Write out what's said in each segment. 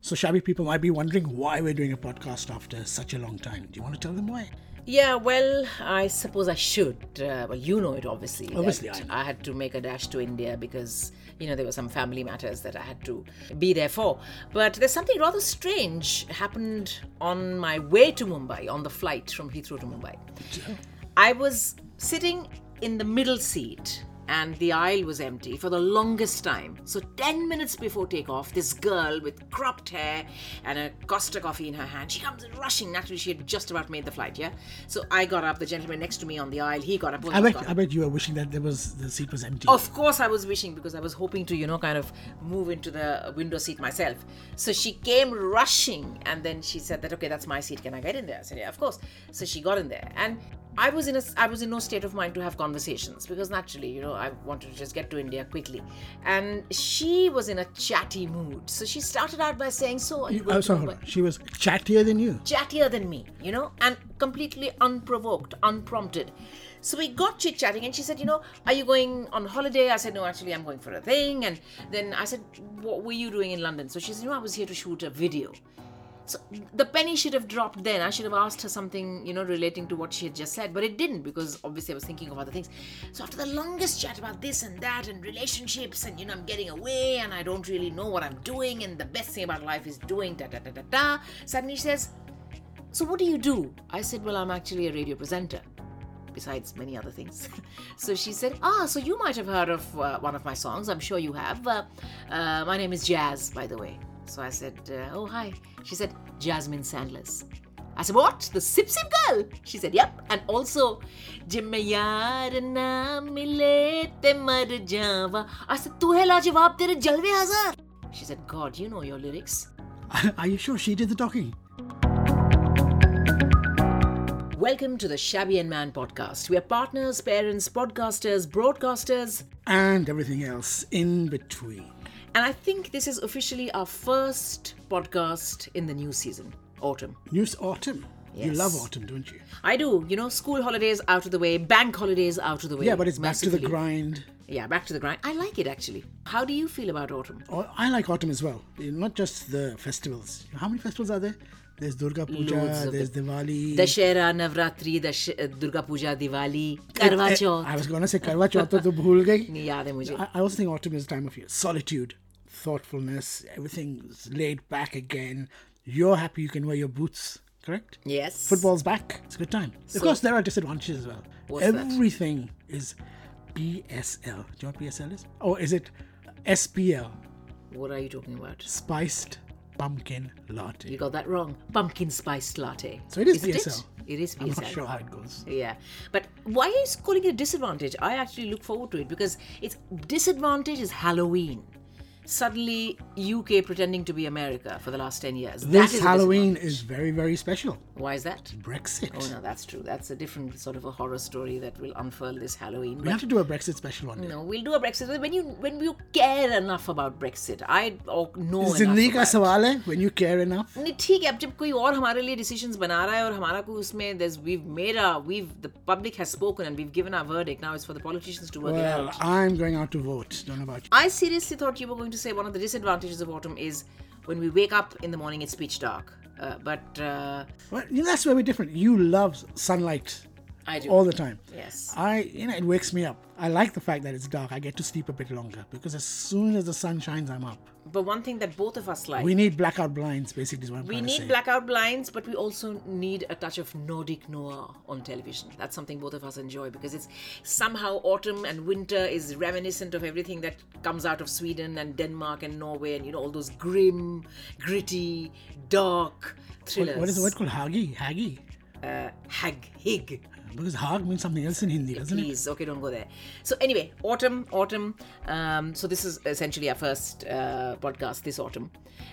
So, shabby people might be wondering why we're doing a podcast after such a long time. Do you want to tell them why? Yeah, well, I suppose I should. Uh, well, you know it, obviously. Obviously, that I know. I had to make a dash to India because, you know, there were some family matters that I had to be there for. But there's something rather strange happened on my way to Mumbai, on the flight from Heathrow to Mumbai. I was sitting in the middle seat and the aisle was empty for the longest time. So, 10 minutes before takeoff, this girl with cropped hair and a Costa coffee in her hand, she comes rushing. Naturally, she had just about made the flight, yeah? So, I got up, the gentleman next to me on the aisle, he got up. both I of us bet, got I up. bet you were wishing that there was the seat was empty. Of course, I was wishing because I was hoping to, you know, kind of move into the window seat myself. So she came rushing and then she said that, okay, that's my seat. Can I get in there? I said, yeah, of course. So she got in there and I was in a, I was in no state of mind to have conversations because naturally, you know, I wanted to just get to India quickly. And she was in a chatty mood. So she started out by saying, so are you going Oh, to sorry, hold Mumbai?" on. She was chattier than you. chattier than me, you know, and completely unprovoked, unprompted. So we got chit chatting, and she said, You know, are you going on holiday? I said, No, actually, I'm going for a thing. And then I said, What were you doing in London? So she said, You know, I was here to shoot a video. So the penny should have dropped then. I should have asked her something, you know, relating to what she had just said, but it didn't because obviously I was thinking of other things. So after the longest chat about this and that and relationships and you know I'm getting away and I don't really know what I'm doing and the best thing about life is doing da da da da da. Suddenly she says, so what do you do? I said, well, I'm actually a radio presenter, besides many other things. so she said, ah, so you might have heard of uh, one of my songs. I'm sure you have. Uh, uh, my name is Jazz, by the way. So I said, uh, oh, hi. She said, Jasmine Sandlers. I said, what? The Sip Sip Girl? She said, yep. And also, "Jab main yaar na mile te mar jawa." I said, tu hai lajawab tere jalwe hazar. She said, God, you know your lyrics. Are you sure she did the talking? Welcome to the Shabby and Man podcast. We are partners, parents, podcasters, broadcasters, And everything else in between. and I think this is officially our first podcast in the new season, autumn. News autumn. You Yes. love autumn, don't you? I do, you know, school holidays out of the way, bank holidays out of the way. Yeah, but it's back to the massively. grind. Yeah, back to the grind. I like it actually. How do you feel about autumn? Or- Oh, I like autumn as well. Not just the festivals. How many festivals are there? There's Durga Loads Puja, of there's Diwali. Dashera, Navratri, Dash- uh, Durga Puja, Diwali, Eh, eh, Karwa Chauth. I was going to say Karwa Chauth, तो भूल गई. याद है मुझे I, I also think autumn is a time of year. Solitude, thoughtfulness, everything's laid back again. You're happy you can wear your boots, correct? Yes. Football's back. It's a good time. of course, there are disadvantages as well. What's that? Everything is BSL. Do you know what BSL is? Or is it SPL? What are you talking about? Spiced Pumpkin Latte. You got that wrong. Pumpkin spiced latte. So it is Isn't BSL. It? it is I'm PSL. not sure how it goes. Yeah, but why are you calling it a disadvantage? I actually look forward to it because it's disadvantage is Halloween. Suddenly, UK pretending to be America for the last ten years. That This is a Halloween is very, very special. disadvantage. Why is that? Brexit. Oh no, that's true. That's a different sort of a horror story that will unfurl this Halloween. We have to do a Brexit special one day. No, we'll do a Brexit when you when you care enough about Brexit. I or know. जिंदगी enough का about- सवाल है when you care enough नहीं ठीक है अब जब कोई और हमारे लिए डिसीजंस बना रहा है और हमारा कोई उसमें there's we've made our we've the public has spoken and we've given our verdict now it's for the politicians to work it out Well, I'm going out to vote. Don't know about you. I seriously thought you were going to say one of the disadvantages of autumn is when we wake up in the morning, it's pitch dark. Uh, but uh, Well, you know, that's where we're different. You love sunlight I do. all the time. yes. I, you know, it wakes me up. I like the fact that it's dark. I get to sleep a bit longer because as soon as the sun shines, I'm up. But one thing that both of us like We we, need blackout blinds, basically, is what I'm trying to need say. blackout blinds, but we also need a touch of Nordic noir on television. That's something both of us enjoy because it's somehow autumn and winter is reminiscent of everything that comes out of Sweden and Denmark and Norway and you know all those grim, gritty, dark thrillers. what is the word called? Hagi? Hagi? Hag, hig. Because hag means something else in Hindi, doesn't it? please okay don't go there so anyway autumn autumn um, so this is essentially our first uh, podcast this autumn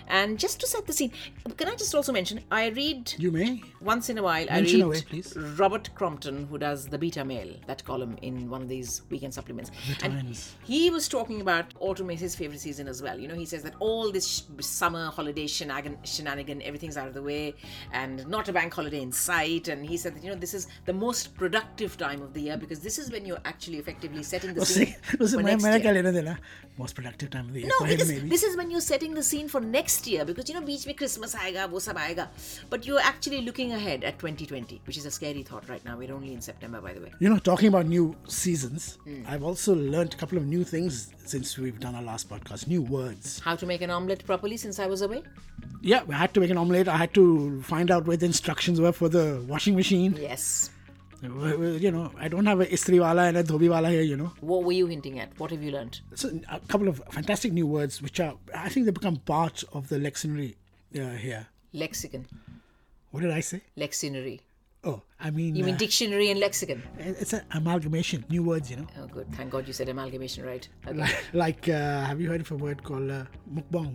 and just to set the scene can i just also mention i read You may. once in a while i Mention read away, please. robert crompton who does the beta mail that column in one of these weekend supplements and Times. he was talking about autumn is his favorite season as well you know he says that all this sh- summer holiday shenagan- shenanigan everything's out of the way and not a bank holiday in sight and he said that you know this is the most most productive time of the year because this is when you're actually effectively setting the उससे scene उससे for मैं next मेरा year. क्या लेना देना most productive time of the year No, for him because maybe this is when you're setting the scene for next year because you know beach mein Christmas aega, wo sab aega. But you're actually looking ahead at 2020, which is a scary thought right now. We're only in September, by the way. You know, talking about new seasons, Hmm. I've also learned a couple of new things since we've done our last podcast. New words. How to make an omelette properly since I was away? Yeah, I had to make an omelette. I had to find out where the instructions were for the washing machine. Yes. Uh, You know, I don't have a istri wala and a dhobi wala here. You know, What were you hinting at? What have you learned? so a couple of fantastic new words which are I think they become part of the lexiconary uh, here. Lexicon, What did I say? lexinary. Oh, I mean, You mean uh, dictionary and lexicon? it's an amalgamation. New words, you know. Oh, good. Thank God you said amalgamation right. Okay. like, uh, have you heard of a word called uh, mukbang?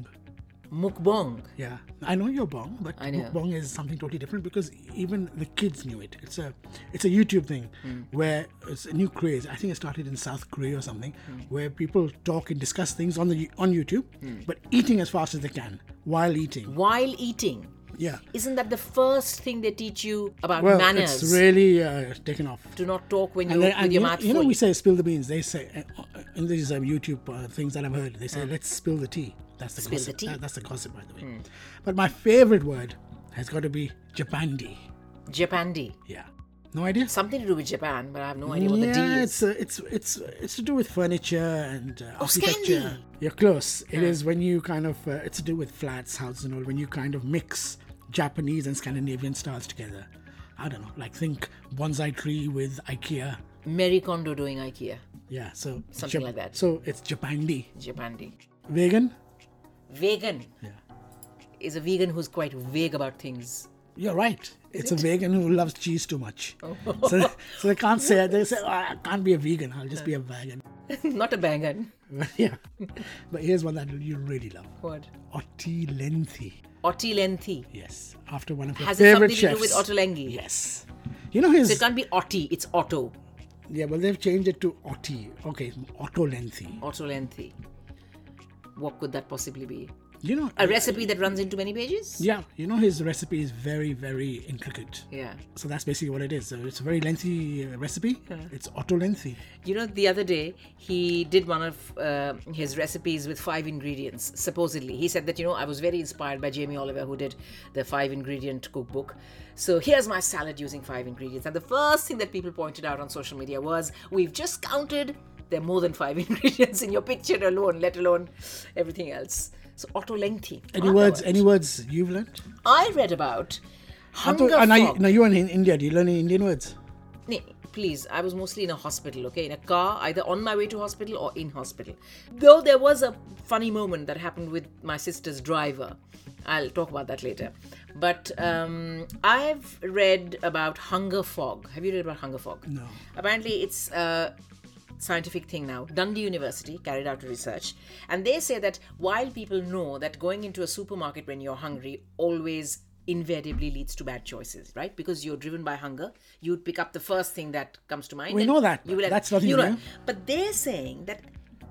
Mukbang. Yeah, I know you're bong, but I know. mukbang is something totally different because even the kids knew it. It's a it's a YouTube thing Hmm. where it's a new craze. I think it started in South Korea or something, Hmm. where people talk and discuss things on the on YouTube, but eating as fast as they can while eating. While eating. Yeah, Isn't that the first thing they teach you about well, manners? it's really uh, taken off. Do not talk when And you're then- with and your you, know, mouth you know, full. we say spill the beans. They say uh, uh, in these um, YouTube uh, things that I've heard, they say let's spill the tea. That's the Hmm. Spill the gossip. tea. Hmm. That- that's the gossip, by the way. But my favorite word has got to be japandi. Japandi. Yeah. No idea. Something to do with Japan, but I have no idea what the D Yeah, is. Oh, it's uh, it's it's it's to do with furniture and uh, architecture. Scandi. You're close. It is when you kind of uh, it's to do with flats, houses, and all. When you kind of mix Japanese and Scandinavian styles together. I don't know. Like think bonsai tree with IKEA. Mary Kondo doing IKEA. Yeah. So Something like that. So it's Japandi. Japandi. Vegan. Vegan Yeah. is a vegan who's quite vague about things. You're right. It's a vegan who loves cheese too much. Oh. So, so they can't say they say "Oh, I can't be a vegan. I'll just be a vegan. not a bangan. yeah. But here's one that you really love. What? Otti Lenthi. Ottilenthi. Yes. After one of your Has it favorite something to chefs. do with Ottolenghi? Yes. You know his. So it can't be Otti, it's Otto. yeah, well, they've changed it to Otti. Okay, Otto Lengthy. Ottolenghi. What could that possibly be? You know. A recipe that runs into many pages? yeah, you know his recipe is very, very intricate. Yeah. So that's basically what it is. So it's a very lengthy uh, recipe. It's Otto Lengthy. You know, the other day he did one of uh, his recipes with five ingredients. Supposedly, he said that you know I was very inspired by Jamie Oliver, who did the five ingredient cookbook. So here's my salad using five ingredients. And the first thing that people pointed out on social media was, we've just counted there are more than five ingredients in your picture alone, let alone everything else. So Otto Lengthy. Any words? Any words you've learned? I read about hunger Oh, now, you, fog. now you're in India. Do you learn any Indian words? Nee, please, I was mostly in a hospital, okay? In a car, either on my way to hospital or in hospital. Though there was a funny moment that happened with my sister's driver. I'll talk about that later. But um, I've read about hunger fog. Have you read about hunger fog? No. Apparently, it's uh, a scientific thing now. Dundee University carried out a research, and they say that while people know that going into a supermarket when you're hungry always invariably leads to bad choices, right? Because you're driven by hunger, you would pick up the first thing that comes to mind. We and know that, You will that's nothing you new. But they're saying that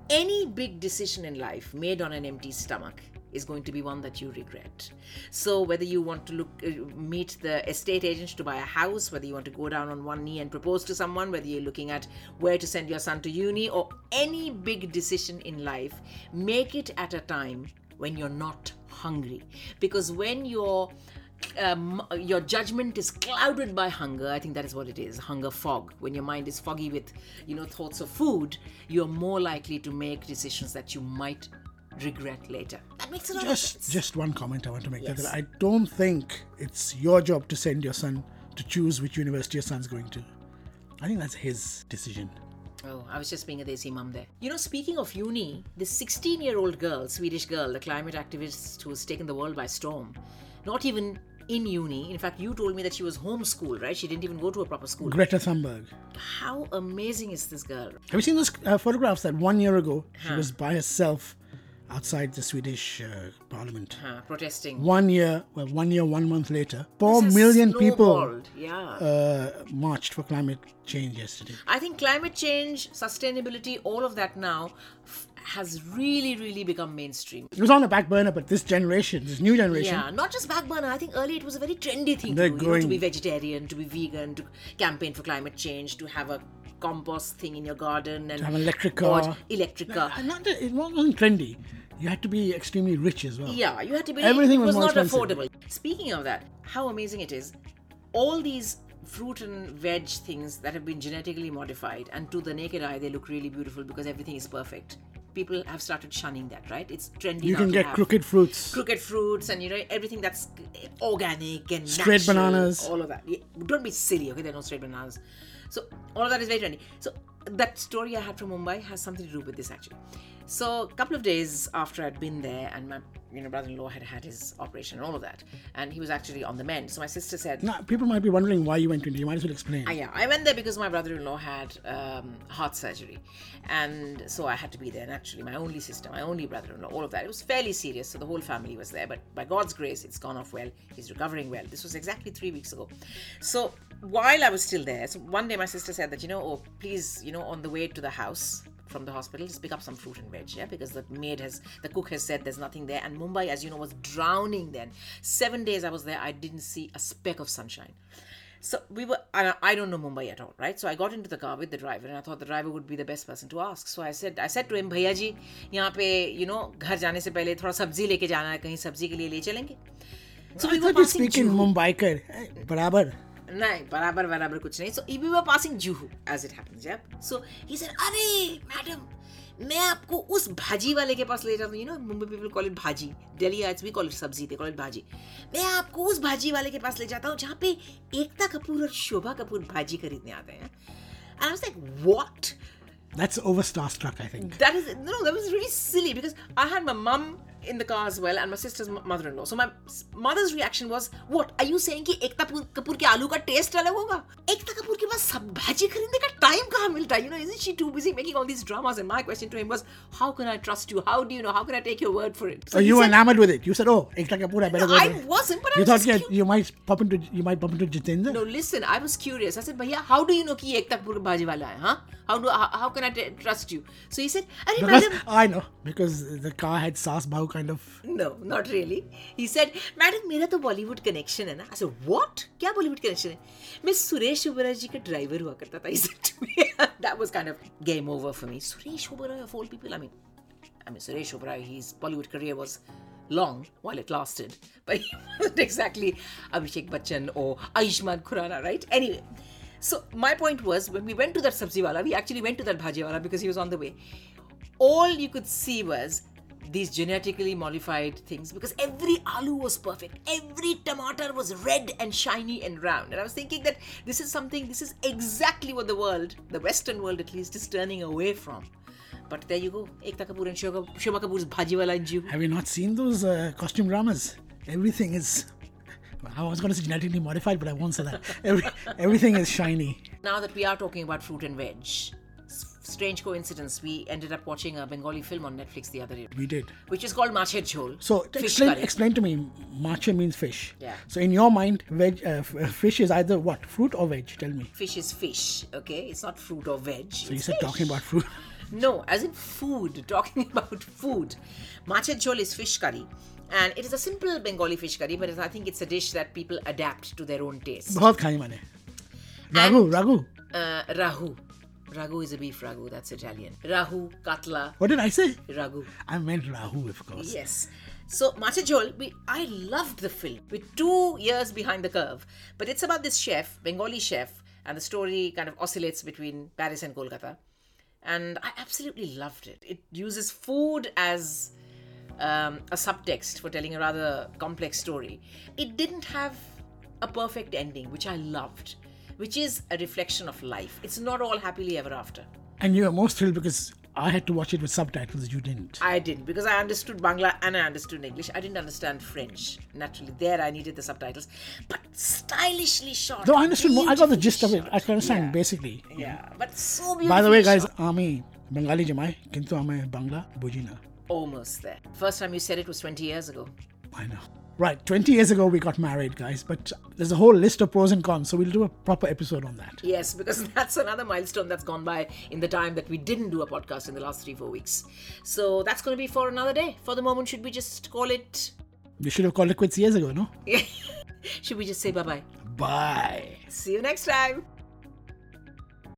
any big decision in life made on an empty stomach is going to be one that you regret. So whether you want to look uh, meet the estate agent to buy a house, whether you want to go down on one knee and propose to someone, whether you're looking at where to send your son to uni or any big decision in life, make it at a time when you're not hungry because when your um, your judgment is clouded by hunger i think that is what it is hunger fog when your mind is foggy with you know thoughts of food you're more likely to make decisions that you might regret later that makes a lot of sense Just, just one comment I want to make. That I don't think it's your job to send your son to choose which university your son's going to. I think that's his decision. Oh, I was just being a desi mum there. You know, speaking of uni, this 16 year old girl, Swedish girl, the climate activist who has taken the world by storm, not even in uni. In fact, you told me that she was homeschooled, right? She didn't even go to a proper school. Greta Thunberg. How amazing is this girl? Have you seen those uh, photographs that one year ago she was by herself outside the Swedish uh, parliament? Huh, protesting. One year, well, one year, one month later, four This has million people snowballed, Yeah. uh, marched for climate change yesterday. I think climate change, sustainability, all of that now f- has really, really become mainstream. It was on the back burner, but this generation, this new generation, Yeah, not just back burner. I think earlier it was a very trendy thing They're to, do, you know, to going- be vegetarian, to be vegan, to campaign for climate change, to have a compost thing in your garden and have an electric or car. electric car. And uh, not that- it wasn't trendy. You had to be extremely rich as well. Yeah, you had to be. Everything it was was, more not expensive. affordable. Speaking of that, how amazing it is! All these fruit and veg things that have been genetically modified, and to the naked eye, they look really beautiful because everything is perfect. People have started shunning that, right? It's trendy. You now can to get have crooked fruits. crooked fruits and you know everything that's organic and Straight natural, bananas. all of that Yeah, don't be silly okay they're not straight bananas so all of that is very trendy so that story i had from mumbai has something to do with this actually so a couple of days after i'd been there and my you know brother-in-law had had his operation and all of that and he was actually on the mend so my sister said Now, people might be wondering why you went to India. You might as well explain. Ah, yeah, I went there because my brother-in-law had um, heart surgery, and so I had to be there. And actually, my only sister, my only brother-in-law, all of that. It was fairly serious, so the whole family was there. But by God's grace, it's gone off well. He's recovering well. This was exactly three weeks ago. So while I was still there, so one day my sister said that you know, oh please, you know, on the way to the house from the hospital, just pick up some fruit and veg, yeah, because the maid has, the cook has said there's nothing there. And Mumbai, as you know, was drowning then. Seven days I was there, I didn't see a speck of sunshine. So we were, and I don't know Mumbai at all, right? So I got into the car with the driver, and I thought the driver would be the best person to ask. So I said, I said to him, bhaiya ji, यहाँ पे, you know, घर जाने से पहले थोड़ा सब्जी लेके जाना है, कहीं सब्जी के लिए ले चलेंगे? So I we were thought you passing speak in Juhu. Mumbai. Kar. Eh, Barabar. नहीं बराबर बराबर कुछ नहीं so we were passing Juhu as it happens yeah so he said अरे मैडम मैं आपको उस भाजी वाले के पास ले जाता हूँ you know Mumbai people call it bhaji Delhi आज भी call it sabzi they call it bhaji मैं आपको उस भाजी वाले के पास ले जाता हूँ जहाँ पे एकता कपूर और शोभा कपूर भाजी खरीदने आते हैं And I was like, what? That's over starstruck, I think. That is no, that was really silly because I had my mum in the car as well and my sister's m- mother-in-law. So my s- mother's reaction was, "What are you saying कि एकता पू- कपूर के आलू का test अलग होगा? एकता कपूर के पास सब भाजी खरीदने का टाइम कहाँ मिलता है? You know, isn't she too busy making all these dramas?" And my question to him was, "How can I trust you? How do you know? How can I take your word for it?" So he you were said, enamored with it. You said, "Oh, Ekta Kapoor, I better go." I there." wasn't, but I You was thought just yeah, curious. you might bump into you might bump into Jitendra. No, listen, I was curious. I said, भैया, how do you know कि एकता कपूर भाजी वाला है? Huh? How do how, how can I t- trust you? So he said, अरे because madam, I know because the car had Sas Bau kind of. no not really he said madam मेरा तो Bollywood connection है ना I said what क्या Bollywood connection है मैं सुरेश ओबेरॉय जी का driver हुआ करता था he said to me that was kind of game over for me Suresh Oberoi of all people I mean I mean Suresh Oberoi his Bollywood career was long while it lasted but he wasn't exactly Abhishek Bachchan or Ayushmann Khurana right anyway so my point was when we went to that sabziwala we actually went to that bhajiwala because he was on the way all you could see was these genetically modified things because every aloo was perfect every tomato was red and shiny and round and i was thinking that this is something this is exactly what the world the western world at least is turning away from but there you go ekta kapoor and Shobha- shobha kapoor's bhajiwala in Juhu. Have you not seen those uh, costume dramas? Everything is. I was going to say genetically modified, but I won't say that. Every, everything is shiny. now that we are talking about fruit and veg s- strange coincidence we ended up watching a bengali film on netflix the other day We did. which is called machet jhol So to Fish explain, curry. explain to me. Macha means fish. Yeah. So in your mind, veg, uh, f- uh, fish is either what fruit or veg? Tell me. fish is fish okay it's not fruit or veg So you said talking about fruit. No, as in food, talking about food. Machet jhol is fish curry. And it is a simple Bengali fish curry, but I think it's a dish that people adapt to their own taste. बहुत खाई मैंने. Ragu, ragu. Uh, rahu. Ragu is a beef ragu, that's Italian. Rahu, katla, What did I say? ragu. I meant Rahu, of course. Yes. So Macha Jhol, we, I loved the film. We're two years behind the curve. But it's about this chef, Bengali chef, and the story kind of oscillates between Paris and Kolkata. And I absolutely loved it. It uses food as um, a subtext for telling a rather complex story. It didn't have a perfect ending, which I loved, which is a reflection of life. It's not all happily ever after. And you were most thrilled because I had to watch it with subtitles. You didn't. I didn't because I understood Bangla and I understood English. I didn't understand French. Naturally, there I needed the subtitles. But stylishly shot. Though I understood more. I got the beautifully gist of it. shot. I could understand Yeah. basically. Yeah, but so beautiful. By the way, guys, Ami Bengali Jamai, Kintu Ami Bangla Bujina. almost there. First time you said it was 20 years ago. I know. Right, 20 years ago we got married, guys, but there's a whole list of pros and cons, so we'll do a proper episode on that. Yes, because that's another milestone that's gone by in the time that we didn't do a podcast in the last three, four weeks. So that's going to be for another day. For the moment, should we just call it? We should have called it quits years ago, no? should we just say bye bye? Bye. See you next time.